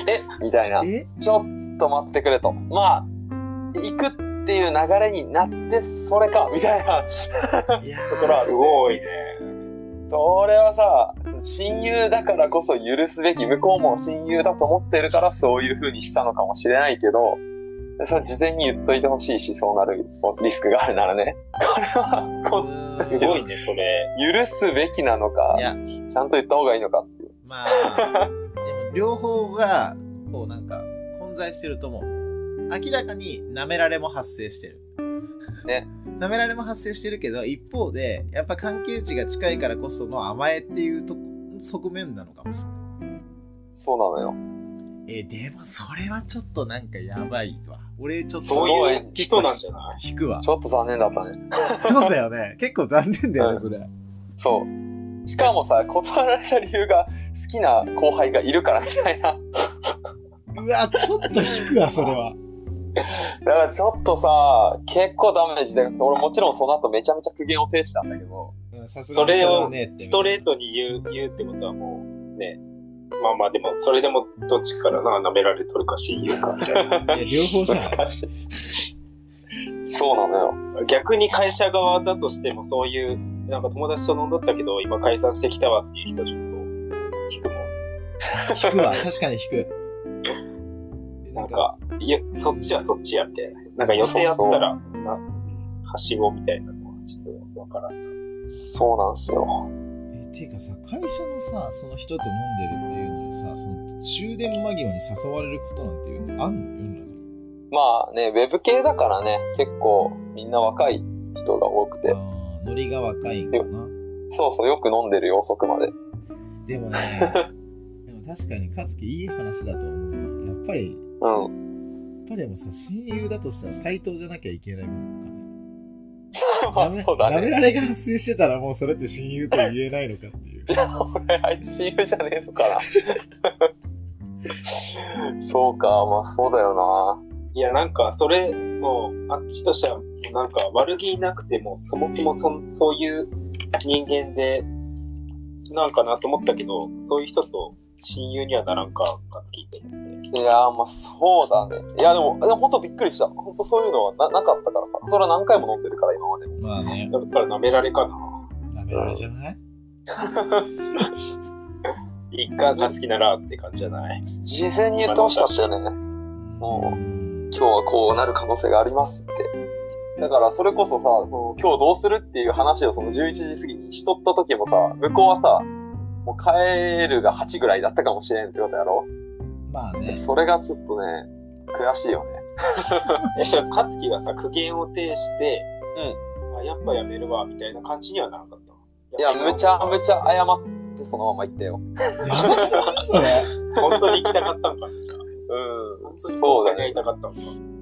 B: えみたいな
A: うん。。え
B: ちょっと待ってくれと。まあ、行くっていう流れになって、それかみた
A: い
B: いな。
A: や
B: ところは
A: ー
C: すごいね。
B: それはさ、親友だからこそ許すべき、向こうも親友だと思ってるからそういう風にしたのかもしれないけど、それは事前に言っといてほしいし、そうなるリスクがあるならね。これは、こ
A: うーん
C: すごいね、それ。
B: 許すべきなの
A: い
B: か、
A: や、
B: ちゃんと言った方がいいのかっていう。
A: まあ、でも両方が、こうなんか、混在してると思う。明らかに舐められも発生してる。
B: ね。
A: 舐められも発生してるけど、一方で、やっぱ関係値が近いからこその甘えっていうとこ側面なのかもしれな
B: そうなのよ。
A: い。え、でもそれはちょっとなんかやばいわ。俺ちょっと、
C: そうい
B: す
C: う
B: ごい
C: 人なんじゃない
A: 引くわ。
B: ちょっと残念だったね。
A: そうだよね。結構残念だよ
B: う
A: ね、
B: ん
A: それ。
B: そう。しかもさ、断られた理由が好きな後輩がいるからみたいな。
A: うわ、ちょっと引くわ、それは。
B: だからちょっとさ、結構ダメージで、俺もちろんその後めちゃめちゃ苦言を呈したんだけど、
A: うんさすが
C: そ
A: に
C: れ
A: は
C: を
A: ねって
C: ストレートに言う言うってことはもうね、まあまあでも、それでもどっちからな、舐められとるか親友かみたいな。
A: いや両方じゃ ん。
B: 難しい。そうなのよ。
C: 逆に会社側だとしてもそういうなんか友達と飲んどったけど今解散してきたわっていう人ちょっと聞くもん
A: 引くわ、確かに引く。
C: なんかいやそっちはそっちやみたいななんか予定あったらなはしごみたいなのはちょっとわからん
B: そうなんですよ。
A: えていうかさ会社のさその人と飲んでるっていうのにさその終電間際に誘われることなんていうのあんの世の中に
B: まあね、ウェブ系だからね、結構みんな若い人が多くて、
A: あーノリが若いんかな
B: そうそう、よく飲ん でるよ、遅くまで。
A: で もねでも確かにかつきいい話だと思うなやっぱりや
B: うん。
A: っぱりでもさ親友だとしたら対等じゃなきゃいけないもんかね
B: ま
A: な
B: あ
A: め
B: そうだ
A: なめ
B: ね。
A: られが発生してたらもうそれって親友と言えないのかっていう
B: じゃあ 俺、あいつ親友じゃねえのかな。 そうか、まあそうだよ
C: いやなんかそれもうあっちとしてはもうなんか悪気なくてもそもそもそんそういう人間でなんかなと思ったけどそういう人と親友にはならんかかつ聞いてるんで
B: な。いやー、まあそうだね。いや、でも、でも本当びっくりした。本当そういうのはななかったからさ。それは何回も飲んでるから、今まで。
A: まあね
C: だから舐められかな
A: なめられじゃない
C: 一回かつきならって感じじゃない
B: 事前に言ってほしかったよね。も
A: うん
B: 今日はこうなる可能性がありますって。だからそれこそさ、その今日どうするっていう話をその11時過ぎにしとった時もさ、向こうはさ、もう帰るが8ぐらいだったかもしれんってことやろ
A: まあね
B: それがちょっとね、悔しいよね。
C: え、それ、かつきがさ、苦言を呈して、うん。あ、やっぱやめるわ、みたいな感じにはならなかった。
B: いや、むちゃむ
C: ち
B: ちゃ謝ってそのまま行ったよ。
A: やばすぎそれ
C: ゃ。本当に行きたかったんか。
B: う
C: 本当に
B: そうだ
C: や
B: ね。
C: りたかったんか。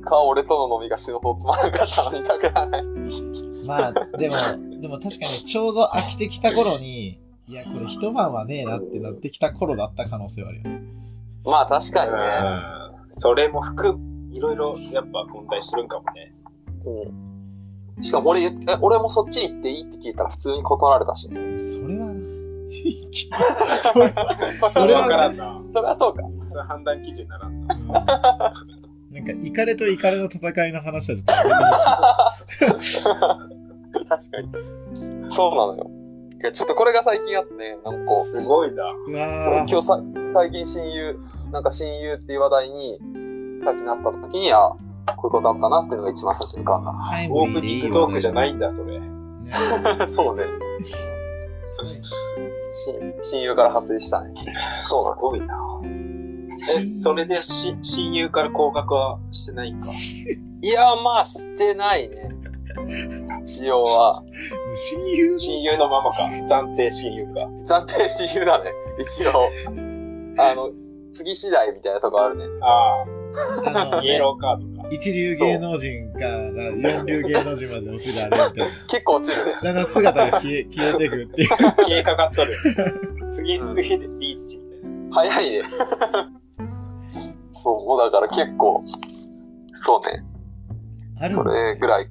B: か、俺との飲みが死ぬほどつまらなかったのに、だからね。
A: まあでも、でも確かにちょうど飽きてきた頃に、いや、これ一晩はねえなってなってきた頃だった可能性はあるよね。
B: まあ確かにね。
C: うん。それも含む、いろいろ、やっぱ混在してるんかもね。
B: うん。しかも俺言っ、え俺もそっち行っていいって聞いたら普通に断られたしね。
A: それはな、 それはそれは
C: わからんな。
B: それはそうか。
C: それ判断基準にならんな。
A: なんか、イカレとイカレの戦いの話はちょっとやめてほしい。
B: 確かに。そうなのよ。いや、ちょっとこれが最近あってね、なんかこう、
C: すごいな。
A: う
B: そう
A: わ
B: 今日さ最近親友、なんか親友っていう話題に、さっきなった時に、あ、こういうことあったなっていうのが一番最初に浮かんだ。
A: タイ
C: オ
A: ムリー
C: ープ
A: でい
C: ニン
A: い
C: グ
A: よ
C: ト
A: ね
C: ークじゃないんだ、それ。
A: ね
B: そうね。し親友から派生したね。そうなん
C: すごいな。え、それでし親友から降格はしてないんか。
B: いや、まあ、してないね。一応は。
A: 親友の
C: 親友のままか。暫定親友か。
B: 暫定親友だね。一応。あの、次次第みたいなとこあるね。
C: あ
A: あの
C: あ、イエローカードか。
A: 一流芸能人から四流芸能人まで落ちられるみたい
B: 結構落ちるね。
A: な。だんだん姿が消え消えてくっていう。
C: 消えかかっとる。次、次でリーチみたいな。
B: 早いね。そう、もうだから結構、そうね。
A: ある
B: そ
A: の
B: れぐらい。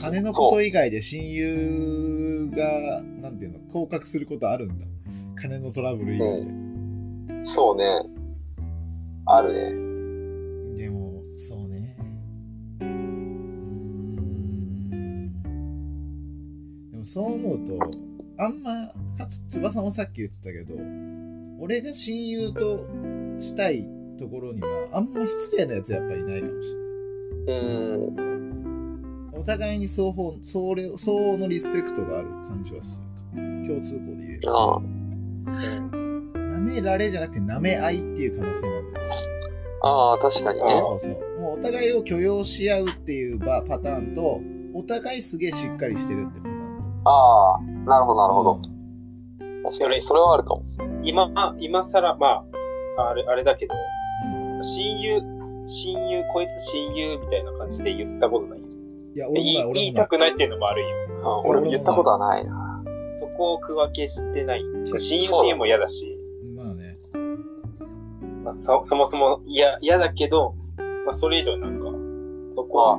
A: 金のこと以外で親友が、なんていうの、降格することあるんだ。金のトラブル以外で。
B: そうね。あるね。
A: でも、そうね。うーん。でもそう思うと、あんま、かつ、翼もさっき言ってたけど、俺が親友としたいところには、あんま失礼なやつやっぱいないかもしれない。
B: うん。
A: お互いに双方、相応相応のリスペクトがある感じはするか。共通項で言えば。
B: ああ
A: 舐められじゃなくて舐め合いっていう可能性もあるんですよ
B: ああ、確かにね。
A: そうそうそうもうお互いを許容し合うっていう場パターンとお互いすげえしっかりしてるってパターンと
B: ああ、なるほど、なるほど。確かに、それはあるかも。
C: 今、あ今更、まあ、あれ、あれだけど、親友、親友、こいつ親友みたいな感じで言ったことない。
A: いや俺
C: で
A: も
C: 言
A: ない
C: い言
A: 俺も
C: い
A: な
C: た
A: い
C: くないっていうのもあるよ。
B: あ俺も言ったことはないな。
C: そこを区分けしてない。
A: そう
C: 親友っていうのも嫌だし、
A: まあね
C: まあ、そそもそも嫌嫌だけど、まあ、それ以上なんか、そこは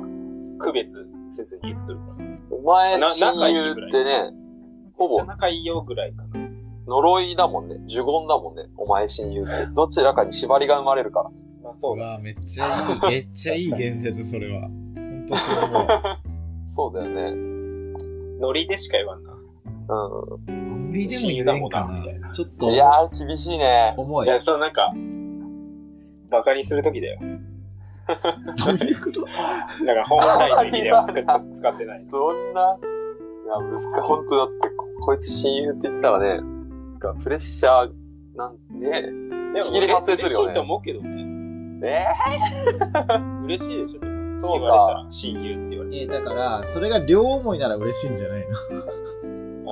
C: 区別せずに言っとるかな。
B: お前、
C: な
B: 親友ってね、ほ
C: じ
B: ぼ
C: ゃあ仲いいよぐらいかな。
B: 呪いだもんね。呪言だもんね。お前親友って。どちらかに縛りが生まれるから。
C: まあそう
A: う
C: だ。
A: わめっちゃいいめっちゃいい言説それは本当そう思う
B: そうだよね。
C: ノリでしか言わんな。
B: う
A: ノリでも
C: 親
A: 言
C: 友だ
A: え
C: も
A: ん
C: ん
A: か
C: な、
A: な
C: みたいな。
A: ちょっ
B: ん。い
A: と
B: やー、厳しいね。
A: 重
C: い
A: い
C: や、そうなんか、バカにするときだよ。
A: どういうこと
C: だから本来の意味では使っ 使ってない。
B: どんな、いや、難しい。本当だって、ここいつ親友って言ったらね、なんかプレッシャー、なんね、
C: でも
B: ちぎり発生する
C: 嬉しいと
B: よね。
C: 思うけどね。
B: え
C: 嬉しいでしょ、でも
B: ー、
C: 言
B: そう
C: われた
B: か。
C: ら、親友って言われ
A: えーだからそれが両思いなら嬉しいんじゃないの
C: たら。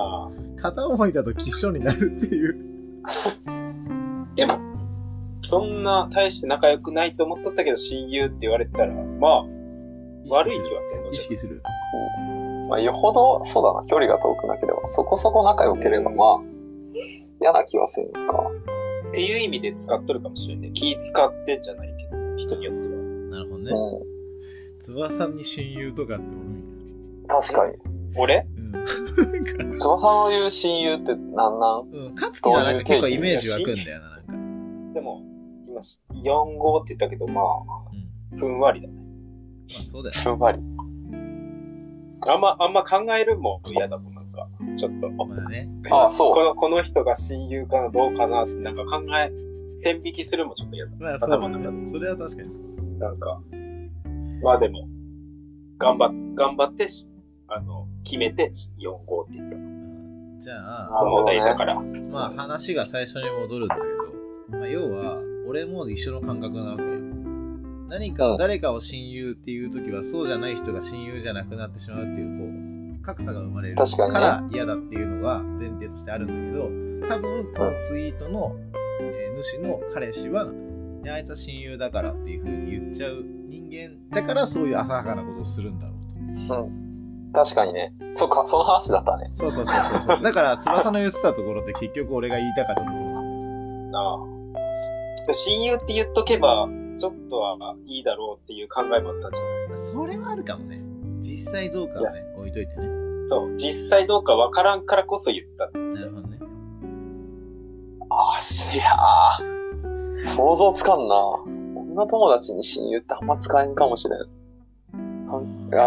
C: ああ。
A: 片思いだと吉祥になるっていう
C: でも、そんな大して仲良くないと思っとったけど、親友って言われてたら、まあ、悪い気はせんの
A: 意識する
B: まあ、よほど、そうだな、距離が遠くなければ、そこそこ仲良ければ、まあ、嫌な気はするのか。
C: っていう意味で使っとるかもしれない。気使ってんじゃないけど、人によっては。
A: なるほどね
B: う
A: 翼に親友とかっておるんや
B: ん、確かに。
C: 俺
A: うん
B: 翼の言う親友ってなんなん
A: うん、勝樹はなんか結構イメージ湧くんだよな、なんか。
C: でも、今、4号って言ったけど、ま
A: うん、
C: あ、ふんわりだね。
A: まあそうだよ。
B: ふんわり。
C: あんま、あんま考えるもん嫌だもん、なんか。ちょっと。
A: まあね。
B: ああ、そ
C: こ
B: う。
C: のこの人が親友かな、どうかなって、なんか考え、線引きするもちょっと嫌だ。
A: まあそうだ
C: 頭の中で。
A: ね。それは確かにそう。
C: なんか、まあでも、頑張っ、頑張ってし、あの、決めて4号って言った。
A: じゃあ、
B: なるほ
C: お
B: どね
C: 題だから。
A: まあ話が最初に戻るんだけど、まあ、要は、俺も一緒の感覚なわけよ。何かを、誰かを親友っていうときは、そうじゃない人が親友じゃなくなってしまうっていう、こう、格差が生まれるか
B: 確かにね
A: ら嫌だっていうのが前提としてあるんだけど、多分そのツイートの、えー主の彼氏は、いやあいつは親友だからっていうふうに言っちゃう人間だからそういう浅はかなことをするんだろうと。
B: 確かにね。そうか、その話だったね。
A: そうそうそうそうそう。だから翼の言ってたところって結局俺が言いたかったところなんだよ
C: なあ。親友って言っとけば、ちょっとはいいだろうっていう考えもあったんじゃな
A: それはあるかもね。実際どうかはね、置いといてね。
C: いそう。実際どうかわからんからこそ言った。
A: なるほどね。
B: ああ、しいやー想像つかんな。女友達に親友ってあんま使えんかもしれん。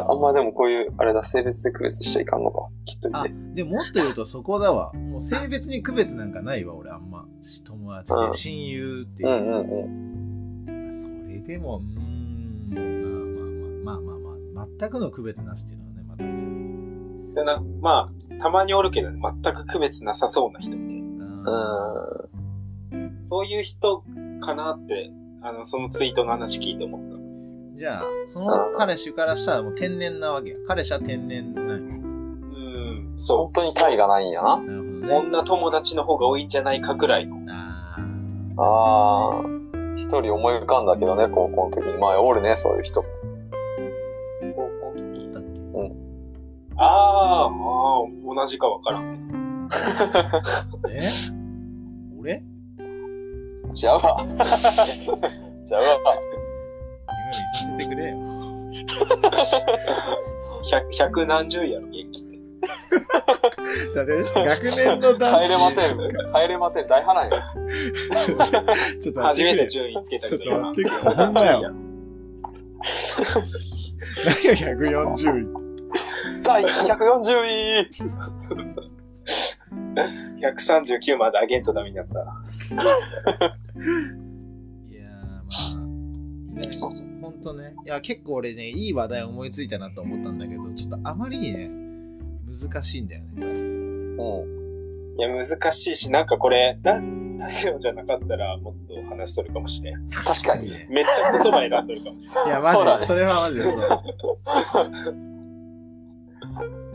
B: ああんまでもこういう、あれだ、性別で区別しちゃいかんのか。きっと見て。
A: でもっと言うとそこだわもう性別に区別なんかないわ俺あんま友達
B: うん
A: で親友って
B: う
A: い
B: ん
A: う、
B: うんうん。
A: それでもうーんまあまあまあまあまあ全くの区別なしっていうのはねまたね
C: でなまあ、たまにおるけど、全く区別なさそうな人みたいな。
A: あ
B: う
C: そういう人かなって、あの、そのツイートの話聞いて思った。
A: ーじゃあその彼氏からしたらもう天然なわけや彼氏は天然なんや
C: う
B: ん。
C: ん、そ
B: 本当に体がないんやな。
A: なるほど
C: う。
A: ね
C: 女友達の方が多いんじゃないかくらいの。
A: あ
B: ああ。一人思い浮かんだけどね、高校の時に。まあ、おるね、そういう人も。
C: 高校の時
A: ーだっけ
C: ああ、まあ、同じかわからん。
A: え俺
B: じゃあわ。じゃあわ。
A: 夢見させてくれ よ
C: 百百何十やろ、元気で。
A: じゃあね学年の男
B: 帰れま
A: 子
B: てん。帰れまてん。大波乱や。
A: ちょっと待ってちょっと待
C: 初
A: っ
C: め
A: てく
C: て
A: れ
C: 順位つけた
A: ちょ
C: け
A: っ
C: ど
A: と待ってくれほんまやわ何が140位
B: 第140位
C: 139まで上げんとダメになった。
A: いやーまあ、意外にほんとね、いや、結構俺ね、いい話題思いついたなと思ったんだけど、ちょっとあまりにね、難しいんだよね、これ。
B: うん。
C: いや、難しいし、なんかこれ、ララジオじゃなかったらもっと話しとるかもしれん。
B: 確かに。
A: い
C: めっちゃ言葉選んどるかもし
A: や、
B: そうだ
A: マジ
B: ね
A: で、それはマジでそう。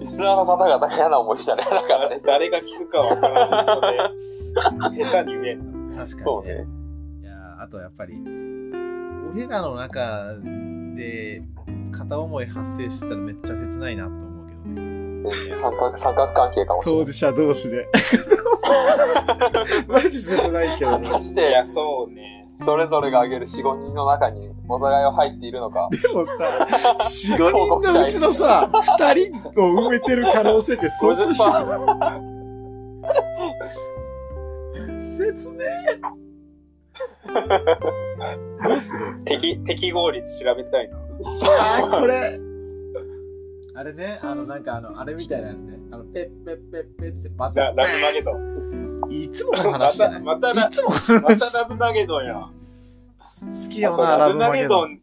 B: リスナーの方々が嫌な思いしたね。だから
C: れ
B: ね
C: ん。。誰が聞くかわからんので、下手に言えんな。
A: 確か
B: そ
A: に
B: う
A: ね。
B: ね。
A: いやーあとやっぱり、俺らの中で片思い発生してたらめっちゃ切ないなと思うけどね。
B: 三角、三角関係かもしれ
A: 当
B: ない。
A: 事者同士で。 マジ切ないけど
B: 果
A: ね。
B: たし
C: い
B: て
C: や、、そうね。
B: それぞれが挙げる4、5人の中に、お互いは入っているのか。
A: でもさ、4、5人のうちのさ、2人を埋めてる可能性って相当低い
B: 50%。
A: 切ねえどうする
C: 適、適合率調べたいな。
A: あーこれあれねあのなんかあのあれみたいなやつねあのペッペッペッペッつってバツ
C: ララブマゲドン。
A: いつもの話じゃない
C: またまたない
A: つもの話、
C: またラブマゲドンや。
A: 好き
C: や
A: よ
C: っ
A: な
C: ぱ
A: ラ
C: ラ
A: ブ
C: ブマ
A: マゲド
C: ゲド
A: ン
C: ン。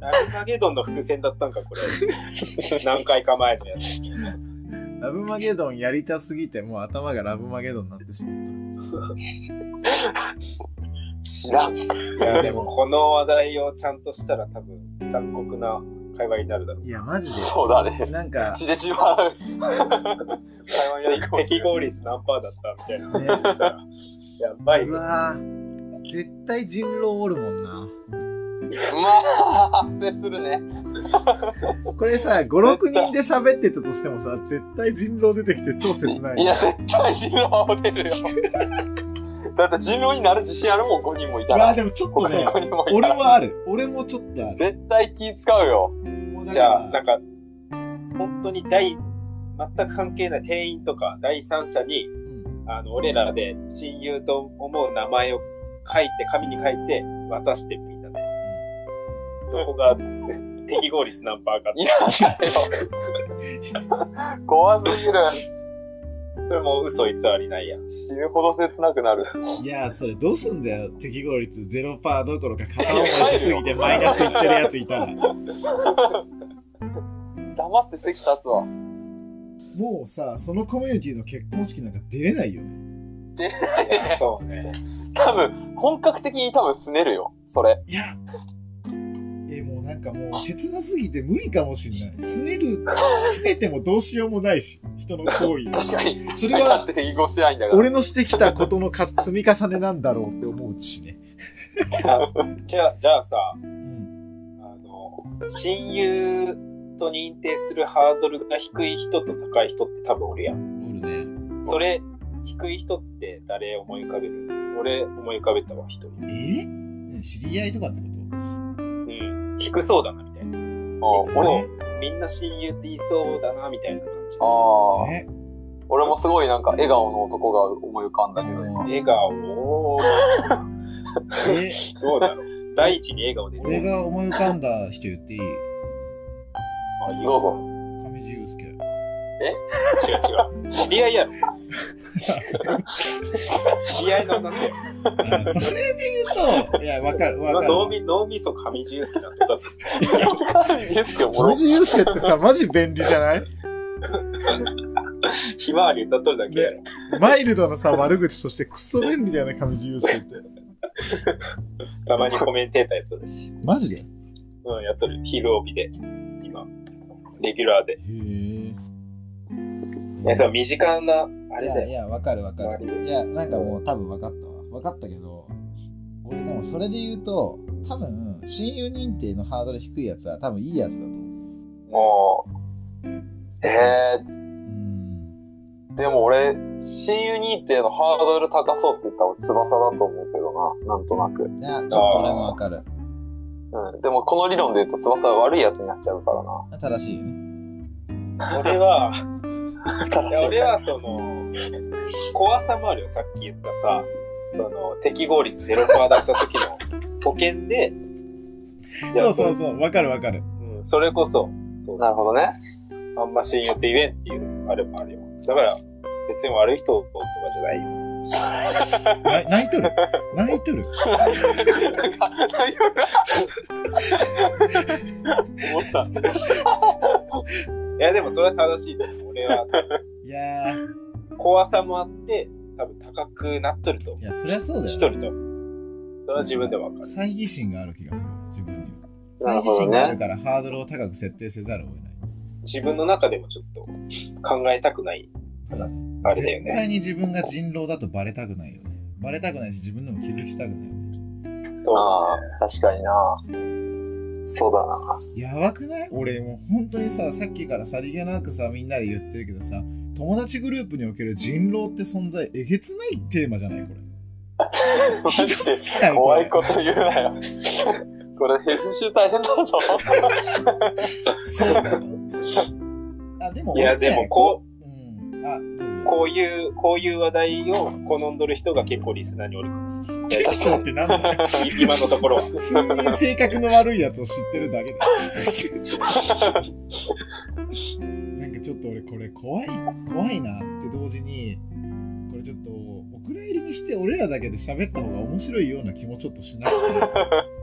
C: ラブマゲドンの伏線だったんか、これ。何回か前のやつ。
A: ラブマゲドンやりたすぎてもう頭がラブマゲドンになってしまった
B: 知らん。
C: いや、でも、この話題をちゃんとしたら、多分、残酷な会話になる だろう。
A: いやマジ
B: そうだね
A: で。 なんか
B: 血で血は、
C: 会話になる適合率何パーだったみたいな。
A: ね。
C: したらやばいう
A: わー絶対人狼おるもんな
B: まあ、発生するね。
A: これさ56人で喋ってたとしてもさ絶対人狼出てきて超切ない
B: いや、絶対人狼は出るよ。だって人狼になる自信あるもん、5人もいた
A: いや
B: ら。
A: でもちょっと
B: 他に
A: ね
B: 5人もい
A: 俺
B: たら。
A: もある俺もちょっとある
B: 絶対気使うよ。
A: もうだ
C: じ
A: か
C: ゃあ、
A: ら
C: なんか、本当に第、全く関係ない店員とか第三者に、
A: うん
C: あの、俺らで親友と思う名前を書いて、紙に書いて、渡してみんなで。どこが適合率何パーか。
B: いや、怖すぎる。
C: それも嘘偽りないやん。
B: 死ぬほど切なくなる。
A: いやそれどうすんだよ適合率0%どころか片思いしすぎてマイナスいってるやついたら
B: 黙って席立つわ。
A: もうさそのコミュニティの結婚式なんか出れないよね
C: そうね。
B: 多分、本格的に多分すねるよ。それ。
A: いやえもうなんかもう切なすぎて無理かもしんないすねるすねてもどうしようもないし人の行為
B: 確かに。
A: それは
B: だって適合してないんだから。
A: 俺のしてきたことのか積み重ねなんだろうって思うしね、
C: あじゃあ、じゃあさ、
A: うん、
C: あの、親友と認定するハードルが低い人と高い人って多分おるやん。
A: おるね
C: それ、低い人って誰思い浮かべる俺思い浮かべたわ、一人。
A: えね知り合いとかってこと
C: うん。低そうだな、みたいな。
B: うん俺
C: もうみんな親友って言いそうだな、みたいな感じ。
B: ああ、
A: ね
B: 俺もすごいなんか笑顔の男が思い浮かんだけど、ね、
C: 笑顔を、
A: え
C: どうだろう。第一に笑顔で
A: 俺
C: ね。
A: が思い浮かんだ人言っていい
C: ああ、いい
B: どう
C: よ。
B: ぞ。
A: 上地雄介。
C: 違う違う。知り合いやろ。知り合いの話や。
A: あそれで言うと、いや、わかる、わ
C: 今
A: か
C: 脳
A: る。
C: み脳みそ紙重機なってたぞ。
B: ジュースおもろ
A: 上。地雄介ってさ、マジ便利じゃない
C: ひまわり歌っとるだけやろ。
A: マイルドのさ、悪口としてクソ便利だよね、上地雄介って。
C: たまにコメンテーターやっとるし。
A: マジでへ
C: うん、やっとる。昼帯で。今。レギュラーで。
A: え。
C: いや、それは身近な、
A: い
C: あれだ
A: や
C: よ。
A: いや、わかるわかる。いや、なんかもう多分わかったわ。わかったけど、俺でもそれで言うと、多分、親友認定のハードル低いやつは多分いいやつだと思う。
B: もう。え
A: うん。
B: ー、でも俺、親友認定のハードル高そうって言ったら翼だと思うけどな、なんとなく。
A: いや、ちょっと俺もわかる。
B: うん。でもこの理論で言うと翼は悪いやつになっちゃうか らな。
A: 正しいよね。
C: 俺は、
B: 正
C: い
B: し
C: や
B: い。
C: 俺はその怖さもあるよさっき言ったさその適合率ゼロパーだった時の 保険でいや
A: そう、わかるわかる。
C: そうんそれこそそう
B: なるほどね。
C: あんま親友って言えんっていうあれもあるよだから別に悪い人とかじゃないよ
A: な泣いとる泣いとる
B: 大丈夫か
C: 思ったいやでもそれは正しいと思う俺は多分
A: いやー、
C: 怖さもあって多分高くなっとると思
A: いうや、そりゃそうだ
C: し
A: よ
C: と。るとそれは自分でわかる
A: 猜疑心がある気がする、自分には。
B: な
A: 猜
B: る
A: 疑
B: ほど
A: 心がある
B: ね。
A: からハードルを高く設定せざるを得ない。
C: 自分の中でもちょっと考えたくない話あれだよね
A: 絶対に自分が人狼だとバレたくないよね。バレたくないし、自分でも気づきたくないよね。
C: そう
B: ああ、確かにな。そうだな。
A: やばくない俺もう本当にさ、さっきからさりげなくさ、みんなで言ってるけどさ、友達グループにおける人狼って存在、えげつないテーマじゃないこれ。
B: マ
A: ひど
B: ジです
A: ぎないこ
B: 怖
A: れ
B: いこと言うなよ。 これ編集大変だぞ。
A: そうだよ。あ、でも、
C: いやでもこう
A: う。うん。あ、どうぞ。
C: こういう、こういう話題を好んどる人が結構リスナーにおる。
B: 確
A: そう
B: か
A: っ
B: に。
A: てなんだよ
C: い 今のところは。
A: 数人性格の悪いやつを知ってるだけだ。なんかちょっと俺これ怖い怖いなって同時にこれちょっとお蔵入りにして俺らだけで喋った方が面白いような気もちょっとしなく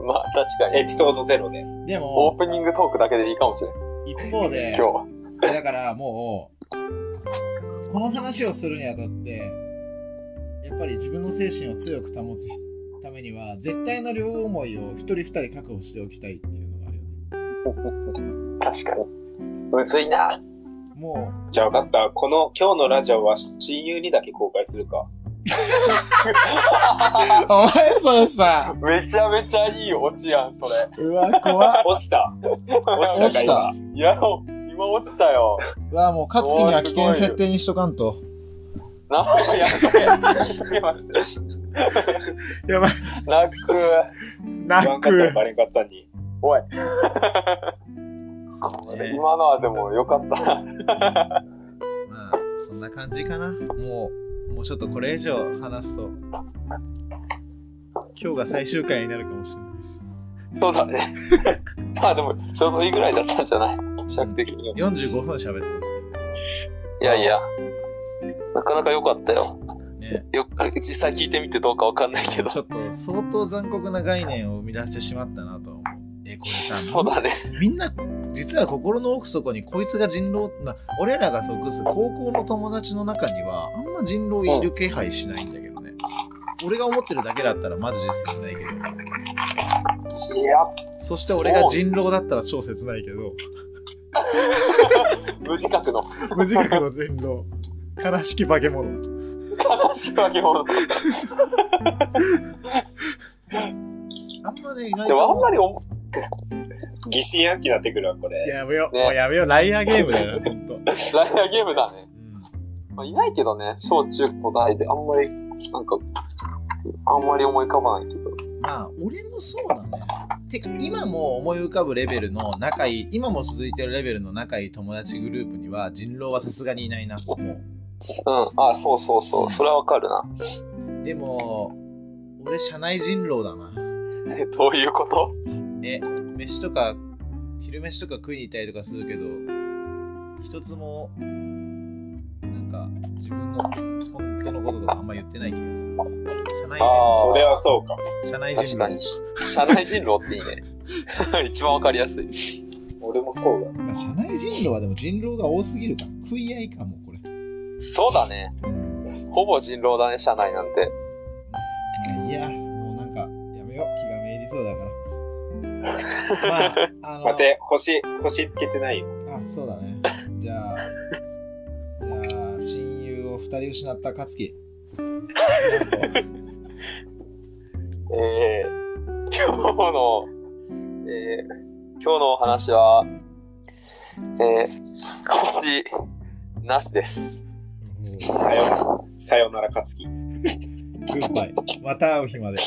B: まあ確かに。
C: エピソードゼロで。
A: てで
B: オー
A: も
B: プニングトークだけでいいかもしれない。
A: 一方で
B: 今日は。
A: だからもうこの話をするにあたってやっぱり自分の精神を強く保つためには絶対の両思いを一人二人確保しておきたいっていうのがあるよね
B: 確かに。むずいな。
A: もう
C: じゃあ分かった。この、今日のラジオは親友にだけ公開するか。
A: お前それさ
B: めちゃめちゃいいオチやん、それ。
A: うわ怖っ
C: 落ちた。落ちた
A: 落
C: か
A: ち
C: 今
A: た。
B: いや、今落ちたよ。
A: うわもう勝つには危険設定にしとかんと
B: なあ、やべえ。今
A: やばい
B: 楽。
A: 泣
C: 言わんかったらバレんかったに。
B: おい。
A: ね
B: 今のはでもよかった。
A: まあそんな感じかなもうもうちょっとこれ以上話すと今日が最終回になるかもしれないし
B: そうだね。 まあでも、ちょうどいいぐらいだったんじゃない尺的には。
A: 45分喋ってます
B: いやいや。なかなか良かったよ。
A: けどね
B: よ実際聞いてみてどうかわかんないけど
A: ち。ょっと相当残酷な概念を生み出してしまったなとは思うえこれさ
B: そうだね。
A: みんな実は心の奥底にこいつが人狼な俺らが属す高校の友達の中にはあんま人狼いる気配しないんだけどね俺が思ってるだけだったらマジで切ないけど
B: いや、
A: そして俺が人狼だったら超切ないけ ど
B: 無自覚の
A: 無自覚の人狼悲しき化け物
B: 悲しいわけも。
A: あんまね意外
B: でもあんま
A: と
B: り思
C: 疑心暗鬼になってくるわ、これ。
A: やめよう、
B: ね
A: もうやめようライアーゲームだよなほんと、うん
B: ライアーゲームだね。まあ、いないけどね、小中高大であんまり、なんか、あんまり思い浮かばないけど。
A: まあ俺もそうだねてか今も思い浮かぶレベルの仲いい今も続いてるレベルの仲いい友達グループには人狼はさすがにいないなもう
B: うん、あそうそうそう、それはわかる な。
A: でも、俺、社内人狼だな。
B: えどういうこと
A: え、飯とか、一昼飯とか食いに行ったりとかするけど一つもなんか自分の本当のこととかあんま言ってない気がする社内
B: あ
A: 人
C: それはそうか。
A: 社内
B: 確
A: 人
B: かに、社内人狼っていいね。 一番わかりやすい。
C: 俺もそうだ。
A: まあ社内人狼はでも人狼が多すぎるから食い合いかもこれ、
B: そうだね。
A: うん
B: ほぼ人狼だね、社内なんて。
A: まあいいやもうなんかやめよう気がめいりそう だからまああの
C: 待て、星、星つけてないよ。
A: あそうだねじゃあじゃあ親友を2人失った勝 樹
B: えー、今日の、えー、今日のお話は、えー、星なしです。
A: グ
C: さよなら、さよなら、勝つき。
A: ッバイまた会う日まで